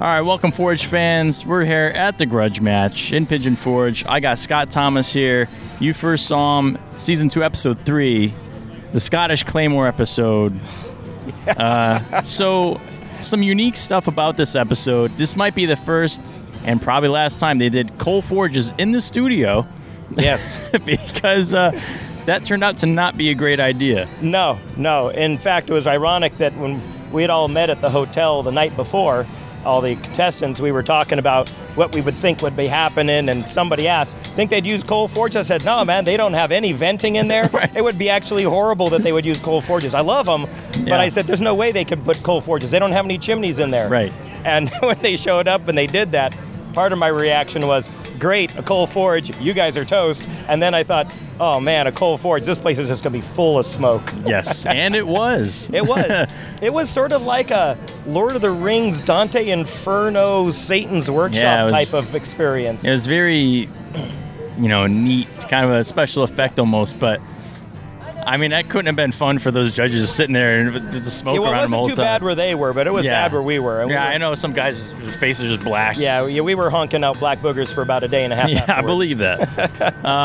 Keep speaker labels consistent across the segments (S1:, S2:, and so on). S1: right, welcome Forge fans. We're here at the Grudge Match in Pigeon Forge. I got Scott Thomas here. You first saw him season two, episode three, the Scottish Claymore episode. Uh, so, some unique stuff about this episode. This might be the first and probably last time they did Cole Forges in the studio
S2: Yes.
S1: because uh, that turned out to not be a great idea.
S2: No, no. In fact, it was ironic that when we had all met at the hotel the night before, all the contestants, we were talking about what we would think would be happening, and somebody asked, "Think they'd use coal forges?" I said, "No, man, they don't have any venting in there. It would be actually horrible that they would use coal forges. I love them,
S1: Yeah.
S2: but I said, there's no way they could put coal forges. They don't have any chimneys in there."
S1: Right.
S2: And when they showed up and they did that, part of my reaction was, great, a coal forge, you guys are toast. And then I thought, oh man, a coal forge, this place is just gonna be full of smoke.
S1: Yes, and it was.
S2: It was. it was sort of like a Lord of the Rings, Dante Inferno, Satan's Workshop
S1: Yeah, it was-
S2: type of experience.
S1: It was very, you know, neat, kind of a special effect almost. But I mean, that couldn't have been fun for those judges sitting there and with the- the smoke
S2: Yeah, well, it
S1: around them
S2: wasn't
S1: all
S2: too
S1: the time.
S2: bad where they were, but it was
S1: Yeah.
S2: bad where we were. And we
S1: yeah,
S2: were-
S1: I know some guys' just- faces are just black.
S2: Yeah, yeah, we were honking out black boogers for about a day and a half.
S1: Yeah, I
S2: afterwards.
S1: believe that. uh,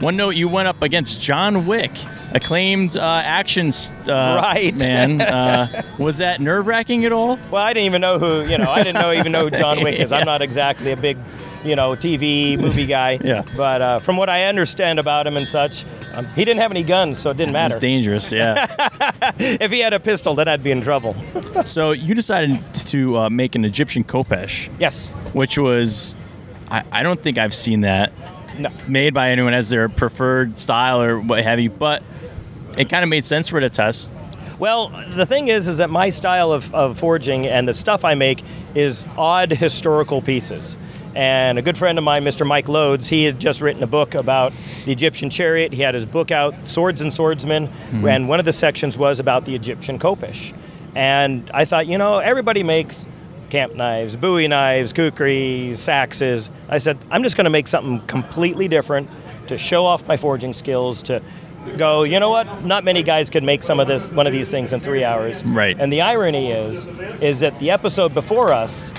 S1: one note: you went up against John Wick, acclaimed uh, action s- uh,
S2: Right.
S1: man. Uh, was that nerve wracking at all?
S2: Well, I didn't even know who you know. I didn't know even know who John Wick is. I'm not exactly a big, you know, TV movie guy.
S1: Yeah.
S2: But uh, from what I understand about him and such, um, he didn't have any guns, so it didn't
S1: It's
S2: matter.
S1: dangerous. Yeah.
S2: if he had a pistol, then I'd be in trouble.
S1: so you decided to uh, make an Egyptian kopesh.
S2: yes.
S1: which was I, I don't think I've seen that
S2: No.
S1: made by anyone as their preferred style or what have you, but it kind of made sense for it to test.
S2: Well, the thing is, is that my style of, of forging and the stuff I make is odd historical pieces. And a good friend of mine, Mr. Mike Lodes, he had just written a book about the Egyptian chariot. He had his book out, Swords and Swordsmen, and one of the sections was about the Egyptian Kopish. And I thought, you know, everybody makes camp knives, bowie knives, kukri, saxes. I said, I'm just going to make something completely different to show off my forging skills, to go, you know what? Not many guys could make some of this, one of these things in three hours.
S1: Right.
S2: And the irony is, is that the episode before us,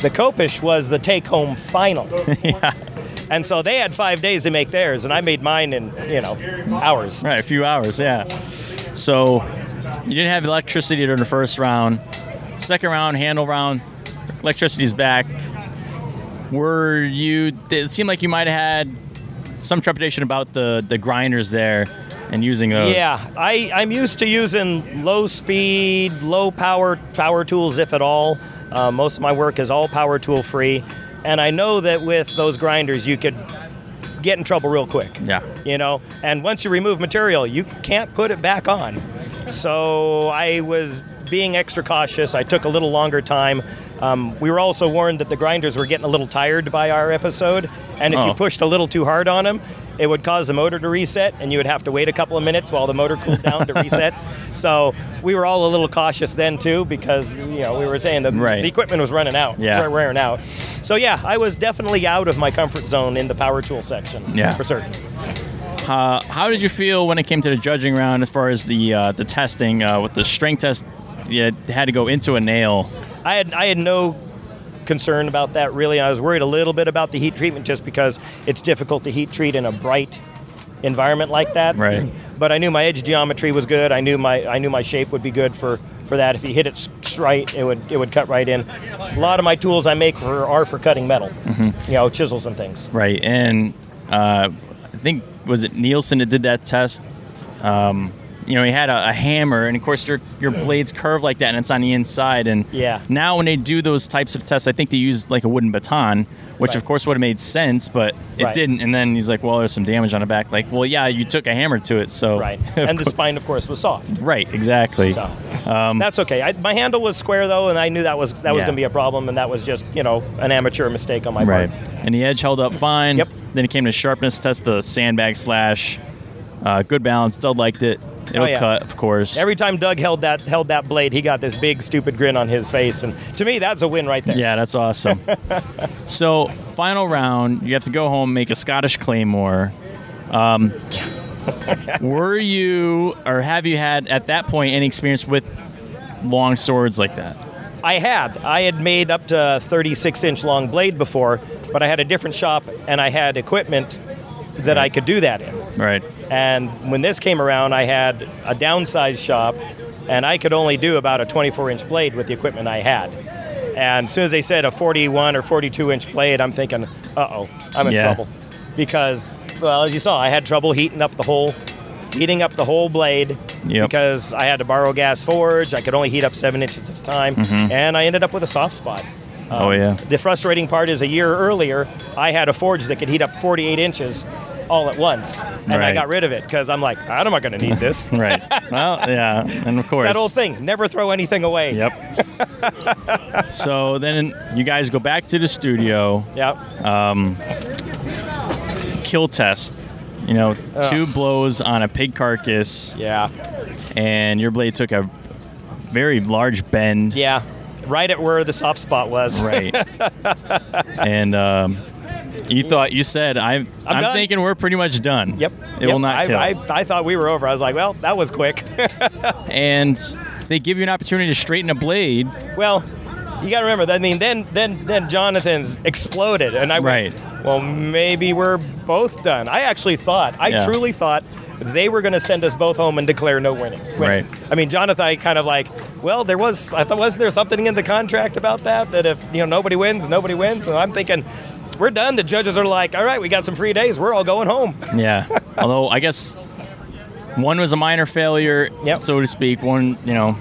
S2: the Kopish was the take-home final. And so they had five days to make theirs, and I made mine in, you know, hours.
S1: Right, a few hours, yeah. So you didn't have electricity during the first round. Second round, handle round, electricity's back. Were you did it seemed like you might have had some trepidation about the the grinders there and using those.
S2: Yeah, I, I'm used to using low speed, low power power tools, if at all. Uh, most of my work is all power tool free, and I know that with those grinders, you could get in trouble real quick.
S1: Yeah.
S2: You know, and once you remove material, you can't put it back on. So I was being extra cautious. I took a little longer time. Um, we were also warned that the grinders were getting a little tired by our episode, and if
S1: Oh.
S2: you pushed a little too hard on them, it would cause the motor to reset, and you would have to wait a couple of minutes while the motor cooled down to reset. So we were all a little cautious then too, because you know we were saying the,
S1: Right.
S2: the equipment was running out,
S1: Yeah.
S2: ra- wearing out. So yeah, I was definitely out of my comfort zone in the power tool section,
S1: Yeah.
S2: for certain.
S1: Uh, how did you feel when it came to the judging round as far as the uh, the testing uh, with the strength test? You had to go into a nail.
S2: I had I had no concern about that really. I was worried a little bit about the heat treatment just because it's difficult to heat treat in a bright environment like that.
S1: Right.
S2: But I knew my edge geometry was good. I knew my I knew my shape would be good for for that. If you hit it s- right, it would it would cut right in. A lot of my tools I make for are for cutting metal.
S1: Mm-hmm.
S2: You know, chisels and things.
S1: Right, and uh, I think was it Nielsen that did that test. Um, you know, he had a, a hammer, and of course your your blades curve like that, and it's on the inside. And
S2: Yeah.
S1: now when they do those types of tests, I think they use like a wooden baton, which of
S2: Right.
S1: course would have made sense, but it
S2: Right.
S1: didn't. And then he's like, "Well, there's some damage on the back." Like, well, yeah, you took a hammer to it, so
S2: Right. And the spine of course was soft.
S1: right, exactly.
S2: So that's okay. I, my handle was square though, and I knew that was that was
S1: Um, Yeah.
S2: going to be a problem, and that was just you know an amateur mistake on my
S1: Right.
S2: part.
S1: And the edge held up fine.
S2: Yep.
S1: Then it came to sharpness test, the sandbag slash. Uh, good balance. Doug liked it. It'll
S2: Oh, yeah.
S1: cut, of course.
S2: Every time Doug held that held that blade, he got this big stupid grin on his face, and to me, that's a win right there.
S1: yeah, that's awesome. so, final round, you have to go home, make a Scottish Claymore. Um, were you, or have you had at that point any experience with long swords like that?
S2: I had. I had made up to 36 inch long blade before, but I had a different shop and I had equipment that I could do that in.
S1: Right.
S2: And when this came around, I had a downsized shop, and I could only do about a 24 inch blade with the equipment I had. And as soon as they said a 41 or 42 inch blade, I'm thinking, uh oh, I'm in
S1: Yeah.
S2: trouble. Because, well, as you saw, I had trouble heating up the whole. Heating up the whole blade
S1: Yep.
S2: because I had to borrow gas forge. I could only heat up seven inches at a time, and I ended up with a soft spot.
S1: Mm-hmm.
S2: Um,
S1: oh yeah.
S2: The frustrating part is a year earlier, I had a forge that could heat up 48 inches all at once, and I
S1: Right.
S2: got rid of it because I'm like, I'm not going to need this.
S1: Right. well, yeah, and of course.
S2: that old thing, never throw anything away.
S1: Yep. so then you guys go back to the studio,
S2: Yep.
S1: kill test. You know,
S2: Ugh.
S1: two blows on a pig carcass,
S2: Yeah.
S1: and your blade took a very large bend.
S2: Yeah. Right at where the soft spot was.
S1: Right. and um, you thought you said I'm. I'm,
S2: done.
S1: thinking we're pretty much done.
S2: Yep.
S1: It
S2: Yep.
S1: will not
S2: I,
S1: kill.
S2: I, I thought we were over. I was like, well, that was quick.
S1: and they give you an opportunity to straighten a blade.
S2: well, you got to remember. I mean, then then then Jonathan's exploded, and I went,
S1: Right.
S2: Well, maybe we're both done. I actually thought, I
S1: Yeah.
S2: truly thought, they were going to send us both home and declare no winning.
S1: Right.
S2: winning. I mean, Jonathan, I kind of like, well, there was. I thought wasn't there something in the contract about that that if you know nobody wins, nobody wins. And I'm thinking. We're done. The judges are like, all right, we got some free days. We're all going home.
S1: Yeah. Although I guess one was a minor failure,
S2: Yep.
S1: so to speak. One, you know.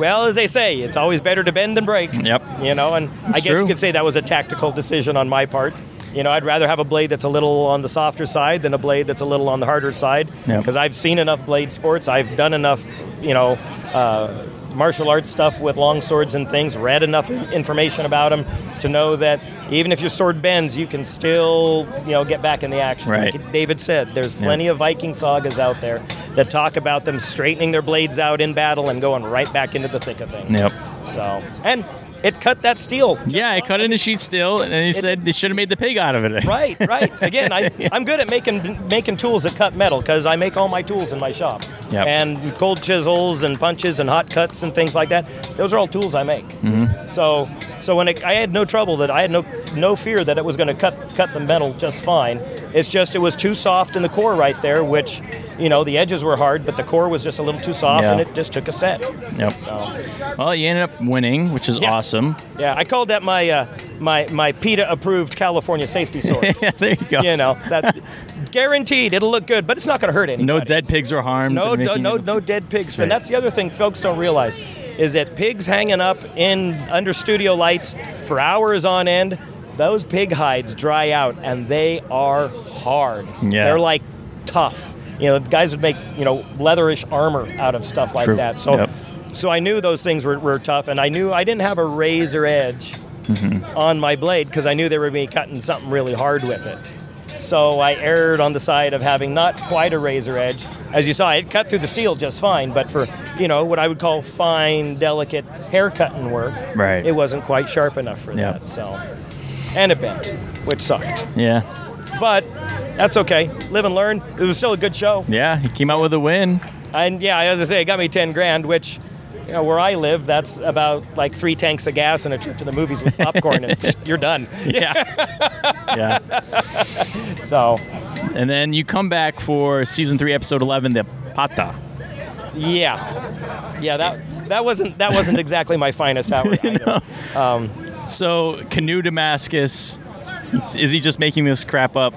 S2: Well, as they say, it's always better to bend than break.
S1: Yep.
S2: You know, and I guess
S1: true.
S2: you could say that was a tactical decision on my part. You know, I'd rather have a blade that's a little on the softer side than a blade that's a little on the harder side.
S1: Yep.
S2: Because I've seen enough blade sports, I've done enough, you know, uh, martial arts stuff with long swords and things, read enough information about them to know that even if your sword bends, you can still, you know, get back in the action.
S1: Right.
S2: Like David said, there's plenty of Viking sagas out there that talk about them straightening their blades out in battle and going right back into the thick of things.
S1: Yep.
S2: So, and it cut that steel.
S1: Yeah, I cut in the sheet still, and then he said they should have made the pig out of it.
S2: Right, right. Again, I, I'm good at making making tools that cut metal because I make all my tools in my shop.
S1: Yep.
S2: And cold chisels and punches and hot cuts and things like that. Those are all tools I make.
S1: Mm-hmm.
S2: So so when it, I had no trouble that I had no no fear that it was going to cut cut the metal just fine. It's just it was too soft in the core right there, which you know the edges were hard, but the core was just a little too soft,
S1: Yeah.
S2: and it just took a set.
S1: Yep.
S2: So.
S1: Well, you ended up winning, which is
S2: Yeah.
S1: awesome.
S2: Yeah, I called that my uh, my my PETA approved California safety sword.
S1: yeah, there you go.
S2: you know, that guaranteed it'll look good, but it's not going to hurt anybody.
S1: no dead pigs were harmed.
S2: No,
S1: in
S2: no,
S1: making
S2: no,
S1: it.
S2: no dead pigs.
S1: right.
S2: And that's the other thing folks don't realize is that pigs hanging up in under studio lights for hours on end, those pig hides dry out and they are hard.
S1: Yeah.
S2: They're like tough. You know, guys would make, you know, leatherish armor out of stuff like
S1: True.
S2: that. So
S1: Yep.
S2: so I knew those things were, were tough and I knew I didn't have a razor edge
S1: Mm-hmm.
S2: on my blade because I knew they were going to be cutting something really hard with it. So I erred on the side of having not quite a razor edge. As you saw, it cut through the steel just fine, but for you know what I would call fine, delicate hair cutting work,
S1: Right.
S2: it wasn't quite sharp enough for
S1: Yeah.
S2: that. So, and it bent, which sucked.
S1: Yeah,
S2: But that's okay. Live and learn. It was still a good show.
S1: yeah, he came out with a win.
S2: And yeah, as I say, it got me 10 grand, which, you know, where I live, that's about like three tanks of gas and a trip to the movies with popcorn, and you're done.
S1: Yeah, yeah.
S2: So,
S1: And then you come back for season three, episode eleven, the Pata.
S2: yeah, yeah, that that wasn't that wasn't exactly my finest hour. either.
S1: So canoe Damascus. Is he just making this crap up?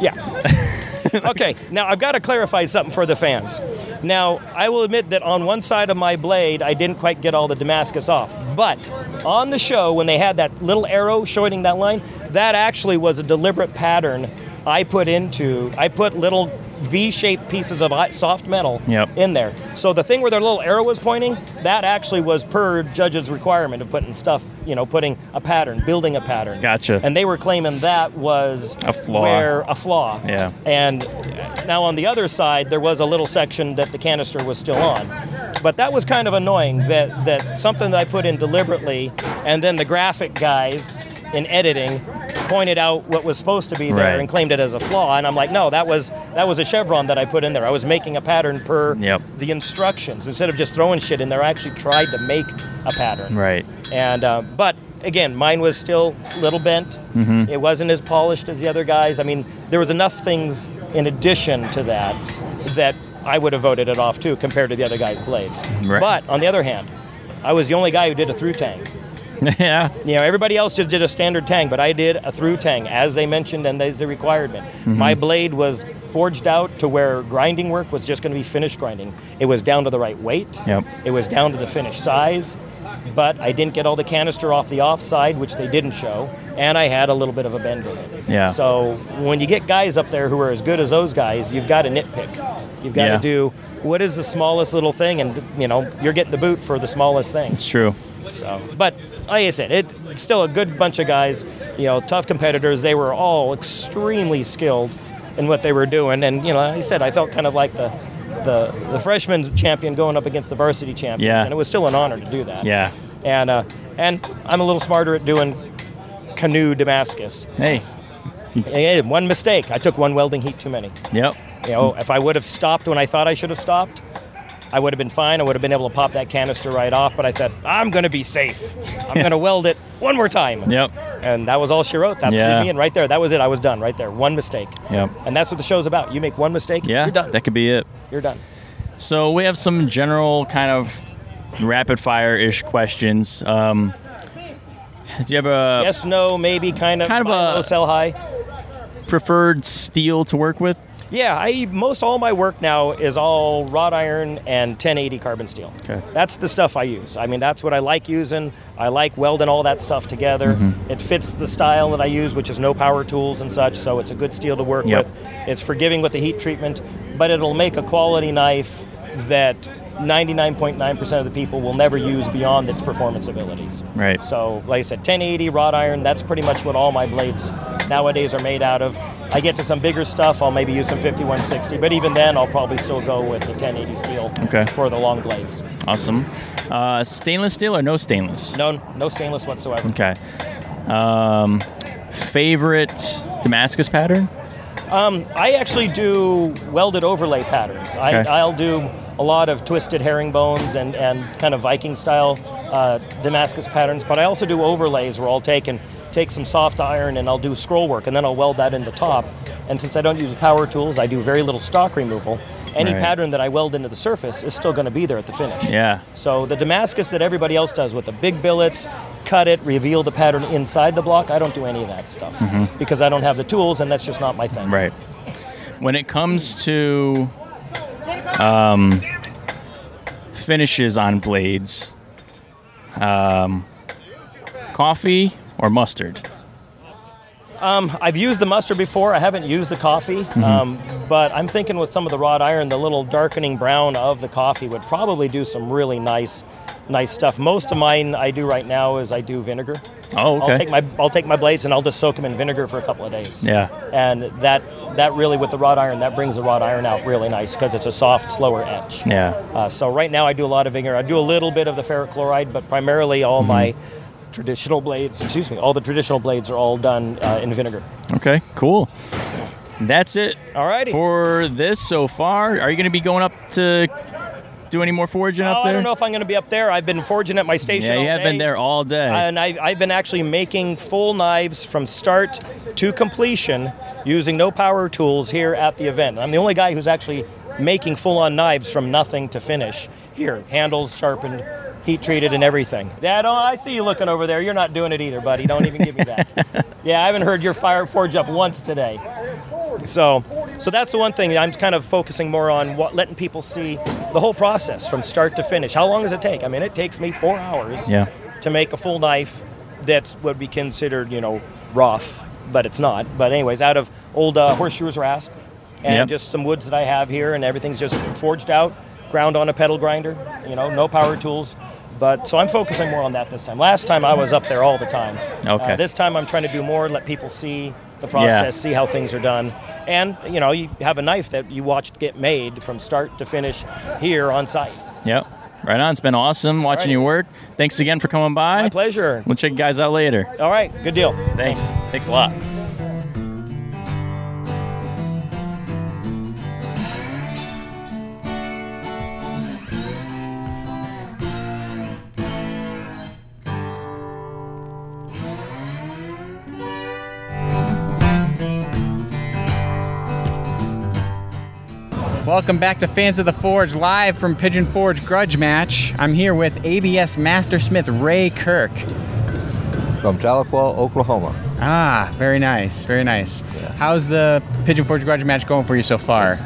S2: Yeah. okay, now I've got to clarify something for the fans. Now, I will admit that on one side of my blade, I didn't quite get all the Damascus off. But on the show, when they had that little arrow showing that line, that actually was a deliberate pattern I put into, I put little V shaped pieces of hot- soft metal
S1: Yep.
S2: in there. So the thing where their little arrow was pointing, that actually was per judge's requirement of putting stuff, you know, putting a pattern, building a pattern.
S1: Gotcha.
S2: And they were claiming that was
S1: A flaw.
S2: where a flaw.
S1: Yeah.
S2: And now on the other side, there was a little section that the canister was still on. But that was kind of annoying that, that something that I put in deliberately, and then the graphic guys in editing pointed out what was supposed to be there
S1: Right.
S2: and claimed it as a flaw. And I'm like, no, that was that was a chevron that I put in there. I was making a pattern per
S1: Yep.
S2: the instructions instead of just throwing shit in there. I actually tried to make a pattern.
S1: Right.
S2: And uh, but again, mine was still a little bent. It wasn't as polished as the other guys. I mean, there was enough things in addition to that that I would have voted it off too compared to the other guys' blades.
S1: Right.
S2: But on the other hand, I was the only guy who did a through tang.
S1: yeah.
S2: You know, everybody else just did a standard tang, but I did a through tang as they mentioned and as they required me.
S1: Mm-hmm.
S2: My blade was forged out to where grinding work was just going to be finish grinding. It was down to the right weight.
S1: Yep.
S2: It was down to the finish size, but I didn't get all the canister off the offside, which they didn't show, and I had a little bit of a bend in it.
S1: Yeah.
S2: So when you get guys up there who are as good as those guys, you've got to nitpick. You've got
S1: Yeah.
S2: to do what is the smallest little thing, and you know you're getting the boot for the smallest thing.
S1: It's true.
S2: So, but like I said, it- it's still a good bunch of guys. You know, tough competitors. They were all extremely skilled in what they were doing, and you know, like I said, I felt kind of like the the, the freshman champion going up against the varsity champions,
S1: Yeah.
S2: and it was still an honor to do that.
S1: Yeah.
S2: And uh, and I'm a little smarter at doing canoe Damascus.
S1: Hey.
S2: Yeah, one mistake. I took one welding heat too many.
S1: Yep.
S2: You know, if I would have stopped when I thought I should have stopped, I would have been fine. I would have been able to pop that canister right off. But I thought, I'm going to be safe. I'm going to weld it one more time.
S1: Yep.
S2: And that was all she wrote. That
S1: Yeah.
S2: threw me in right there. That was it. I was done right there. One mistake.
S1: Yep.
S2: And that's what the show's about. You make one mistake,
S1: Yeah.
S2: you're done.
S1: That could be it.
S2: You're done.
S1: So we have some general kind of rapid fire ish questions. Um, do you have a
S2: yes, no, maybe, kind of.
S1: Kind of
S2: buy
S1: a-
S2: low, sell high.
S1: preferred steel to work with?
S2: Yeah, I most all my work now is all wrought iron and 1080 carbon steel.
S1: Okay.
S2: That's the stuff I use. I mean, that's what I like using. I like welding all that stuff together.
S1: Mm-hmm.
S2: It fits the style that I use, which is no power tools and such, so it's a good steel to work
S1: Yep.
S2: with. It's forgiving with the heat treatment, but it'll make a quality knife that 99.9% of the people will never use beyond its performance abilities.
S1: Right.
S2: So, like I said, 1080 wrought iron, that's pretty much what all my blades nowadays are made out of. I get to some bigger stuff, I'll maybe use some 5160, but even then, I'll probably still go with the 1080 steel
S1: Okay.
S2: for the long blades.
S1: Awesome. Uh, stainless steel or no stainless?
S2: No, no stainless whatsoever.
S1: Okay. Um, favorite Damascus pattern?
S2: Um, I actually do welded overlay patterns. I,
S1: Okay.
S2: I'll do a lot of twisted herringbones and, and kind of Viking style uh, Damascus patterns, but I also do overlays where I'll take and take some soft iron and I'll do scroll work and then I'll weld that into top. And since I don't use power tools, I do very little stock removal. Any
S1: Right.
S2: pattern that I weld into the surface is still going to be there at the finish.
S1: Yeah.
S2: So the Damascus that everybody else does with the big billets, cut it, reveal the pattern inside the block, I don't do any of that stuff
S1: Mm-hmm.
S2: because I don't have the tools and that's just not my thing.
S1: Right. When it comes to um, finishes on blades, um, coffee or mustard?
S2: I've used the mustard before. I haven't used the coffee,
S1: Mm-hmm.
S2: um, but I'm thinking with some of the wrought iron, the little darkening brown of the coffee would probably do some really nice, nice stuff. Most of mine I do right now is I do vinegar.
S1: Oh, okay.
S2: I'll take my I'll take my blades and I'll just soak them in vinegar for a couple of days.
S1: yeah.
S2: And that that really with the wrought iron that brings the wrought iron out really nice because it's a soft, slower etch.
S1: Yeah.
S2: Uh, so right now I do a lot of vinegar. I do a little bit of the ferric chloride, but primarily all
S1: Mm-hmm.
S2: my traditional blades, excuse me, all the traditional blades are all done uh, in vinegar.
S1: Okay, cool. That's it
S2: All righty.
S1: for this so far. Are you going to be going up to do any more foraging
S2: Oh,
S1: up there?
S2: I don't know if I'm going to be up there. I've been forging at my station.
S1: yeah,
S2: all
S1: you have been
S2: day,
S1: there all day.
S2: And I, I've been actually making full knives from start to completion using no power tools here at the event. I'm the only guy who's actually making full on knives from nothing to finish here. Handles sharpened, heat treated, and everything. Dad, oh, I see you looking over there. You're not doing it either, buddy. Don't even give me that. yeah, I haven't heard your fire forge up once today. So, so that's the one thing that I'm kind of focusing more on, what, letting people see the whole process from start to finish. How long does it take? I mean, it takes me four hours
S1: Yeah.
S2: to make a full knife that's what be considered, you know, rough, but it's not. But anyways, out of old uh, horseshoes rasp and
S1: Yep.
S2: just some woods that I have here, and everything's just forged out, ground on a pedal grinder. You know, no power tools. But so I'm focusing more on that this time. Last time I was up there all the time. Uh,
S1: Okay.
S2: this time I'm trying to do more, let people see the process, see how things are done. And you know, you have a knife that you watched get made from start to finish here on site.
S1: yep. Right on. It's been awesome watching
S2: right.
S1: you work. Thanks again for coming by.
S2: My pleasure.
S1: We'll check you guys out later.
S2: All right, good deal.
S1: Thanks. Thanks a lot.
S3: Welcome back to Fans of the Forge live from Pigeon Forge Grudge Match. I'm here with ABS Master Smith Ray Kirk.
S4: from Tahlequah, Oklahoma.
S3: Ah, very nice, very nice.
S4: Yeah.
S3: How's the Pigeon Forge Grudge Match going for you so far?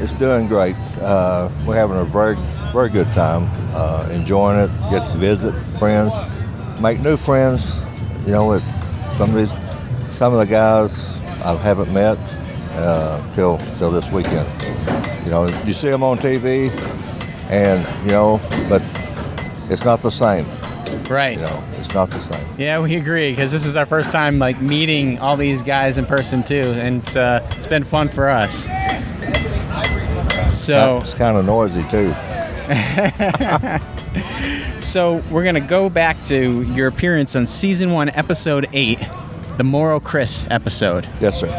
S4: It's doing great. Uh, we're having a very, very good time, uh, enjoying it. Get to visit friends, make new friends. You know, with some of these, some of the guys I haven't met uh, till till this weekend. You know, you see them on TV, and you know, but it's not the same.
S3: Right.
S4: You know, it's not the same.
S3: Yeah, we agree because this is our first time like meeting all these guys in person too, and uh, it's been fun for us. So,
S4: It's kind of noisy too.
S3: so we're gonna go back to your appearance on season one, episode eight, the Moro Chris episode.
S4: Yes, sir.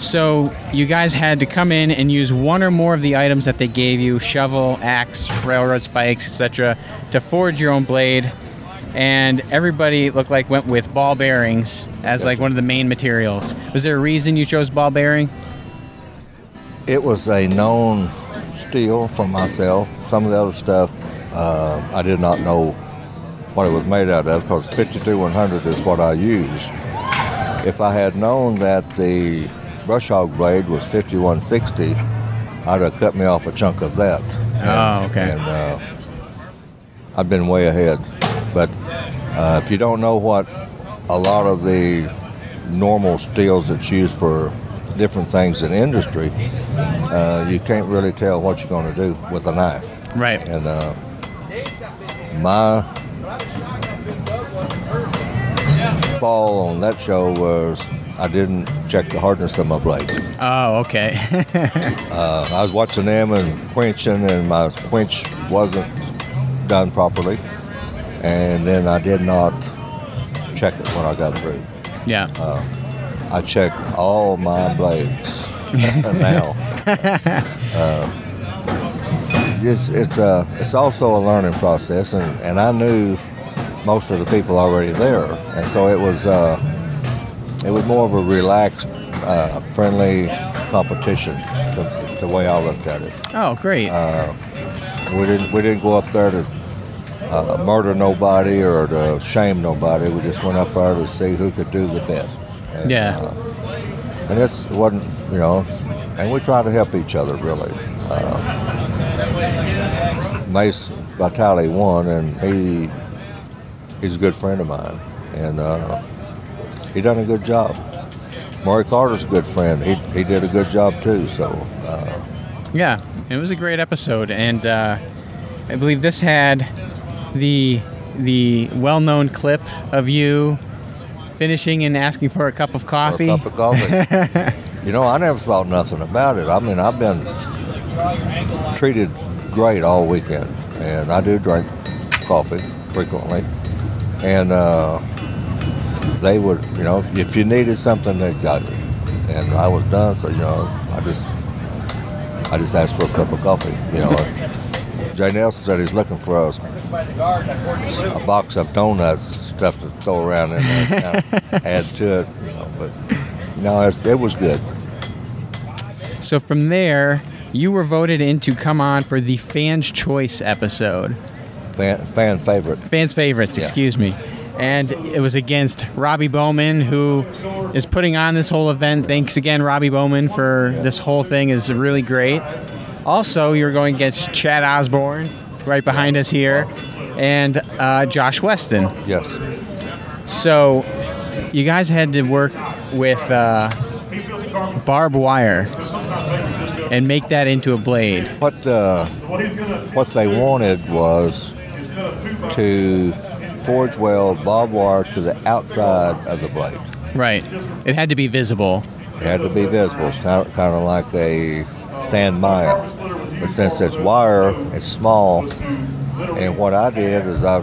S3: So you guys had to come in and use one or more of the items that they gave you shovel, axe, railroad spikes, etc. to forge your own blade. And everybody looked like went with ball bearings as like one of the main materials. Was there a reason you chose ball bearing?
S4: It was a known steal for myself. Some of the other stuff uh, I did not know what it was made out of because 52100 is what I used. If I had known that the brush hog blade was 5160, I'd have cut me off a chunk of that.
S3: Oh, okay.
S4: And uh, I've been way ahead. But uh, if you don't know what a lot of the normal steels that's used for different things in industry, uh, you can't really tell what you're going to do with a knife.
S3: Right.
S4: And uh, my fall on that show was I didn't check the hardness of my blade.
S3: Oh, okay.
S4: Uh, I was watching them and quenching, and my quench wasn't done properly. And then I did not check it when I got through.
S3: yeah.
S4: I check all my blades now. uh, it's it's a it's also a learning process, and, and I knew most of the people already there, and so it was uh, it was more of a relaxed, uh, friendly competition. The, the way I looked at it,
S3: oh, great.
S4: we didn't we didn't go up there to uh, murder nobody or to shame nobody. We just went up there to see who could do the best. And,
S3: yeah.
S4: uh, and this wasn't, you know, and we try to help each other really. Uh, Mace Vitale won, and he he's a good friend of mine, and uh, he done a good job. Murray Carter's a good friend. He, he did a good job too. So uh,
S3: Yeah, it was a great episode, and uh, I believe this had the the well-known clip of you finishing and asking for a cup of
S4: for
S3: coffee.
S4: a cup of coffee. you know, I never thought nothing about it. I mean, I've been treated great all weekend, and I do drink coffee frequently. And uh, they would, you know, if you needed something, they got it. And I was done, so you know, I just, I just asked for a cup of coffee. You know, Jay Nelson said he's looking for us a box of donuts stuff to throw around in there, kinda add to it. You know, but no, it, it was good.
S3: So from there, you were voted in to come on for the fans' choice episode,
S4: Fan, fan favorite.
S3: fans' favorites.
S4: Yeah.
S3: Excuse me. And it was against Robbie Bowman, who is putting on this whole event. Thanks again, Robbie Bowman, for this whole thing is really great. Also, you're going against Chad Osborne, right behind us here, and uh, Josh Weston.
S4: Yes.
S3: So, you guys had to work with uh, barbed wire and make that into a blade.
S4: What uh, what they wanted was to forge weld barbed wire to the outside of the blade.
S3: Right. It had to be visible.
S4: It had to be visible. It's kind of, kind of like a sand mile. But since it's wire, it's small, And what I did is I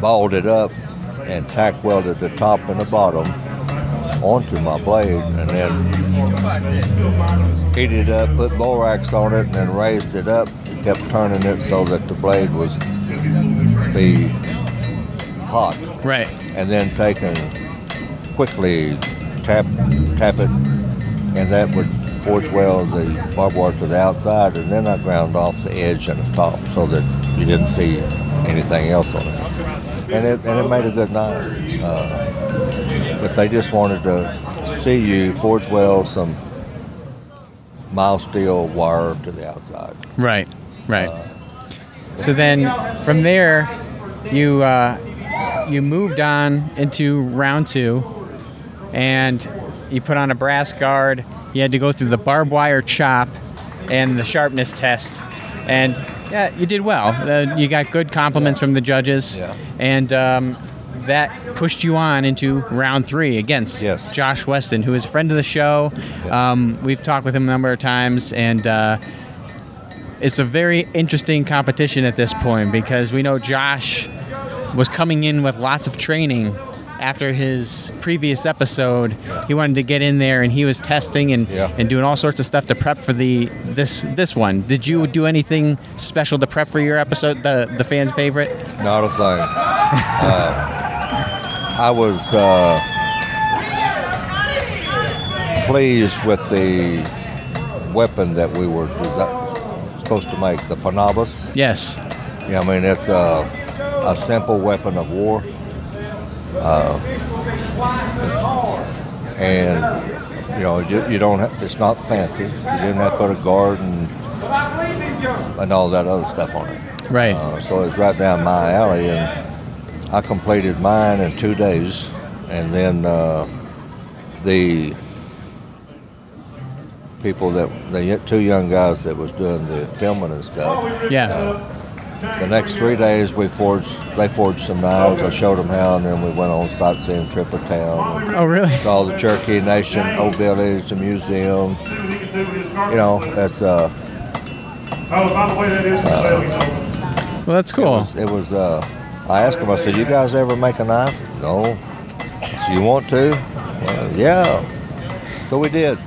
S4: balled it up and tack welded the top and the bottom onto my blade and then heated it up, put borax on it, and then raised it up, kept turning it so that the blade was be hot.
S3: Right.
S4: And then taken quickly tap tap it and that would forge weld the barbed wire to the outside and then I ground off the edge and the top so that you didn't see anything else on it. And it, and it made a good knife. Uh, but they just wanted to see you forge weld some mild steel wire to the outside.
S3: Right. Right.
S4: Uh,
S3: so then, from there, you uh, you moved on into round two, and you put on a brass guard. You had to go through the barbed wire chop and the sharpness test, and yeah, you did well. Uh, you got good compliments from the judges,
S4: Yeah.
S3: and um, that pushed you on into round three against
S4: Yes.
S3: Josh Weston, who is a friend of the show. Um, we've talked with him a number of times, and. Uh, it's a very interesting competition at this point because we know Josh was coming in with lots of training after his previous episode. He wanted to get in there and he was testing and,
S4: Yeah.
S3: and doing all sorts of stuff to prep for the this this one. Did you do anything special to prep for your episode, the the fan favorite?
S4: Not a thing. Uh, I was uh, pleased with the weapon that we were desi- supposed to make, the Panabas.
S3: Yes.
S4: Yeah, I mean, it's a, a simple weapon of war. Uh, and, you know, you, you don't have, it's not fancy. You didn't have to put a guard and, and all that other stuff on it.
S3: Right.
S4: Uh, so it's right down my alley, and I completed mine in two days, and then uh, the people that the two young guys that was doing the filming and stuff.
S3: yeah.
S4: The next three days we forged, they forged some knives. I showed them how, and then we went on sightseeing trip of town. and
S3: Oh, really?
S4: Saw the Cherokee Nation, Old Village, the museum. You know, that's uh,
S5: Oh, by the way, that is the way we know.
S3: Well, that's cool.
S4: It was. Uh, I asked him. I said, "You guys ever make a knife?" No. So you want to? Well, yeah. So we did.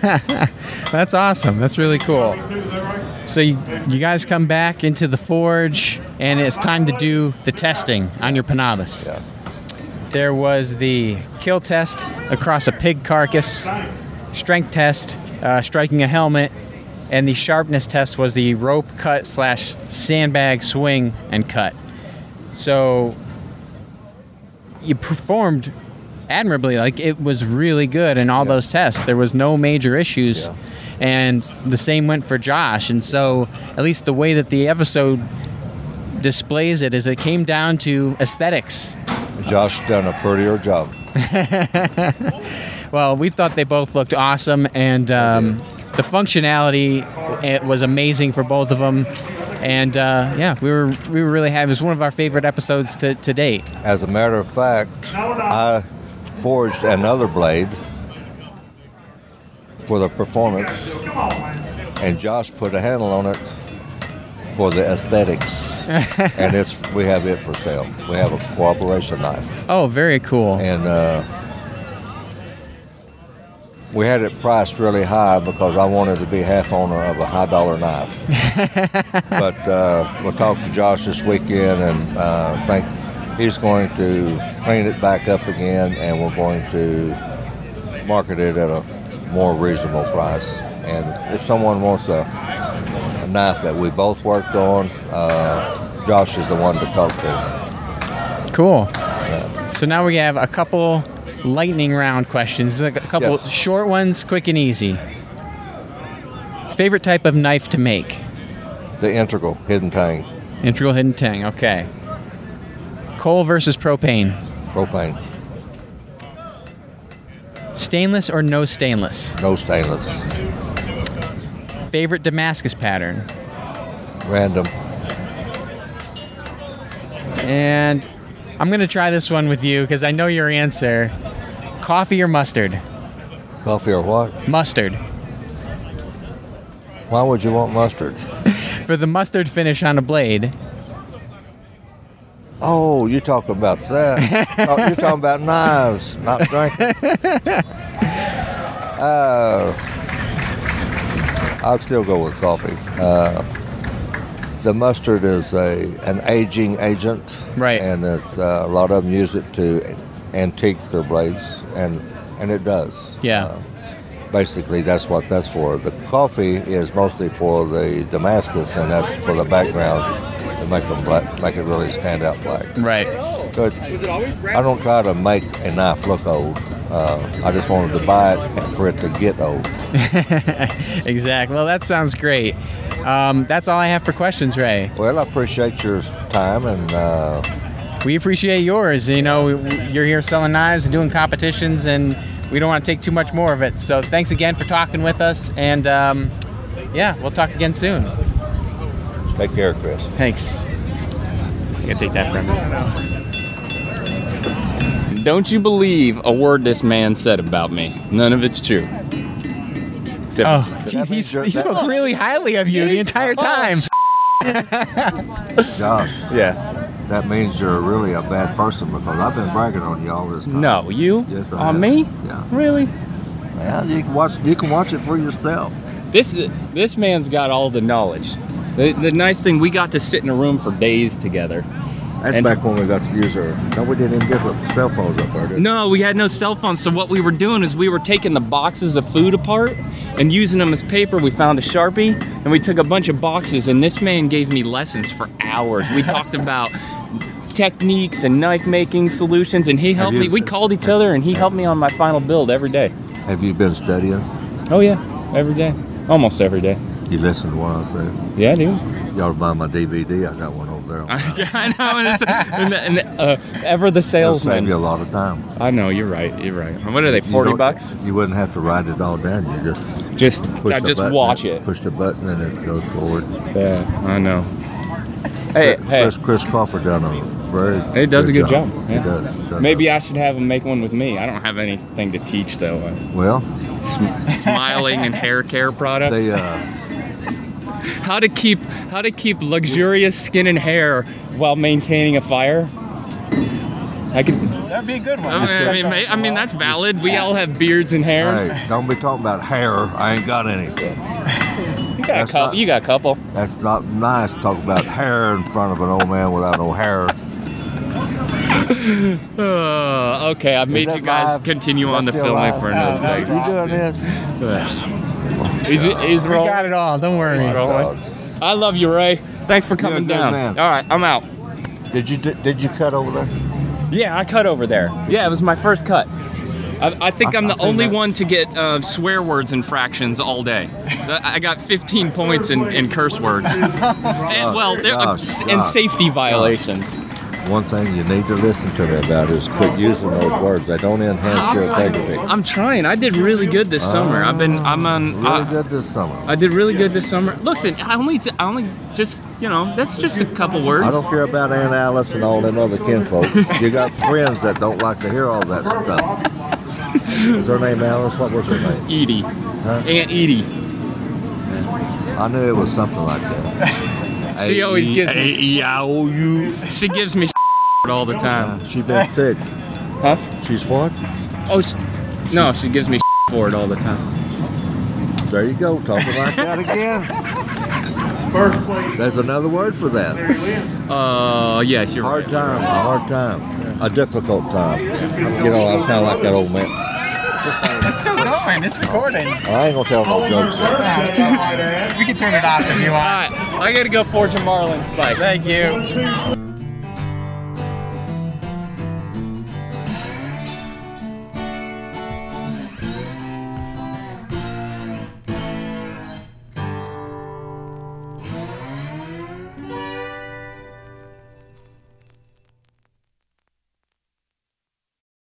S3: That's awesome. That's really cool. So you, you guys come back into the forge, and it's time to do the testing on your panabas.
S4: Yeah.
S3: There was the kill test across a pig carcass, strength test uh, striking a helmet, and the sharpness test was the rope cut slash sandbag swing and cut. So you performed admirably. Like it was really good in all those tests. There was no major issues.
S4: Yeah.
S3: And the same went for Josh. And so, at least the way that the episode displays it is it came down to aesthetics.
S4: Josh done a prettier job.
S3: Well, we thought they both looked awesome, and um, the functionality it was amazing for both of them. And uh, yeah, we were we were really happy. It was one of our favorite episodes to, to date.
S4: As a matter of fact, I forged another blade for the performance, and Josh put a handle on it for the aesthetics. and it's we have it for sale. We have a cooperation knife.
S3: Oh, very cool.
S4: and uh, we had it priced really high because I wanted to be half owner of a high dollar knife. but uh, we'll talk to Josh this weekend, and uh, I think he's going to clean it back up again, and we're going to market it at a more reasonable price. And if someone wants a, a knife that we both worked on, uh, Josh is the one to talk to.
S3: Cool. So now we have a couple lightning round questions, like a couple
S4: Yes.
S3: short ones, quick and easy. Favorite type of knife to make?
S4: The integral hidden tang
S3: Integral hidden tang. Okay. Coal versus propane.
S4: propane.
S3: Stainless or no stainless?
S4: No stainless.
S3: Favorite Damascus pattern.
S4: Random.
S3: And I'm gonna try this one with you because I know your answer. Coffee or mustard?
S4: Coffee or what?
S3: Mustard.
S4: Why would you want mustard?
S5: for the mustard finish on a blade.
S4: Oh, you talk about that. Oh, You're talking about knives, not drinking. Uh, I'd still go with coffee. Uh, the mustard is a an aging agent,
S5: Right.
S4: And it's, uh, a lot of them use it to antique their blades, and and it does.
S5: Yeah.
S4: Uh, basically, that's what that's for. The coffee is mostly for the Damascus, and that's for the background to make them black, make it really stand out black.
S5: Right.
S4: But I don't try to make a knife look old. Uh, I just wanted to buy it for it to get old.
S5: Exactly. Well, that sounds great. Um, that's all I have for questions, Ray.
S4: Well, I appreciate your time, and uh,
S5: We appreciate yours. You know, you're here selling knives and doing competitions, and we don't want to take too much more of it. So thanks again for talking with us, and um, yeah, we'll talk again soon.
S4: take care, Chris.
S5: Thanks.
S6: You gotta take that from me.
S3: Don't you believe a word this man said about me? None of it's true. Except
S5: Oh,
S4: that
S5: geez, he's,
S4: mean you're-
S5: he spoke really highly of you the entire time.
S4: Josh,
S3: yeah.
S4: that means you're really a bad person because I've been bragging on you all this time.
S3: No, you
S4: Yes, I
S3: on
S4: have.
S3: me?
S4: Yeah.
S3: Really?
S4: Yeah, you can watch. You can watch it for yourself.
S3: This this man's got all the knowledge. The, the nice thing we got to sit in a room for days together.
S4: That's
S3: And-
S4: back when we got to use our. No, we didn't even get the cell phones up there. Did we?
S3: No, we had no cell phones, so what we were doing is we were taking the boxes of food apart and using them as paper. We found a Sharpie and we took a bunch of boxes, and this man gave me lessons for hours. We talked about techniques and knife making solutions, and he helped
S4: you-
S3: me. We called each other, and he helped me on my final build every day.
S4: Have you been studying?
S3: Oh, yeah, every day. Almost every day.
S4: You listened to what I said.
S3: Yeah, dude.
S4: Y'all buy my DVD. I got one over there. That'll
S3: yeah, I know. And it's, and, and, uh, ever the
S4: save
S3: salesman.
S4: you a lot of time.
S3: I know, you're right. You're right. What are they,
S4: You
S3: 40
S4: don't-
S3: bucks?
S4: You wouldn't have to write it all down. You just
S3: Just,
S4: push
S3: I
S4: the
S3: just
S4: button,
S3: watch it.
S4: Push the button and it goes forward.
S3: Yeah, uh, I know. Hey, hey.
S4: Chris, Chris Crawford done a very.
S3: He does a good job,
S4: He
S3: yeah.
S4: does. He does.
S3: Maybe I should have him make one with me. I don't have anything to teach though. Uh,
S4: Well,
S3: sm- smiling and hair care products.
S4: they uh,
S3: How to keep how to keep luxurious skin and hair while maintaining a fire. I could.
S5: That'd be a good one.
S3: I mean, I mean, ma- I mean, that's valid. We all have beards and hairs.
S4: hey, don't be talking about hair. I ain't got any.
S3: You got a
S4: that's
S3: couple.
S4: not-
S3: You got a couple.
S4: That's not nice. to Talk about hair in front of an old man without no hair.
S3: Uh, okay, I've made
S4: that
S3: you guys
S4: live?
S3: continue on the
S4: That's still
S3: filming
S4: live?
S3: for another
S4: You
S3: day.
S4: doing this?
S3: Is it is
S5: we
S3: roll?
S5: got it all. Don't worry.
S3: Rolling. I love you, Ray. Thanks for coming
S4: good
S3: down.
S4: man.
S3: All right, I'm out.
S4: Did you did you cut over there?
S3: Yeah, I cut over there. Yeah, it was my first cut. I, I think I,
S4: I-
S3: am
S4: I
S3: the
S4: seen
S3: only
S4: that.
S3: one to get uh, swear words and fractions all day. Th- I got 15 points in, in curse words. and, well, there, uh,
S4: gosh,
S3: s-
S4: gosh,
S3: and safety violations.
S4: One thing you need to listen to me about is quit using those words. They don't enhance your integrity.
S3: I'm trying. I did really good this summer. I've been. I'm on.
S4: Uh, Really
S3: I-
S4: good this summer.
S3: I did really good this summer. Listen, I only, t- I only just, you know, that's just a couple words.
S4: I don't care about Aunt Alice and all them other kinfolks. you got friends that don't like to hear all that stuff. Is her name Alice? What was her name?
S3: Edie, Aunt Edie.
S4: I knew it was something like that.
S3: She
S4: E
S3: always gives me-
S4: A-E-I-O-U.
S3: She gives me all the time.
S4: She been sick.
S3: Huh?
S4: She's what?
S3: Oh, sh- no, she gives me for it all the time.
S4: There you go, talking like that again.
S7: First place.
S4: There's another word for that.
S7: Larry Lynn.
S3: Uh, yes, you're
S4: Hard
S3: right.
S4: time, a hard time, a difficult time. You know, I'm kind of like that old man.
S5: It's still going. It's recording.
S4: I ain't gonna tell no jokes.
S5: We can turn it off if you
S3: All
S5: want.
S3: right, I gotta go forge a marlin spike.
S5: Thank you.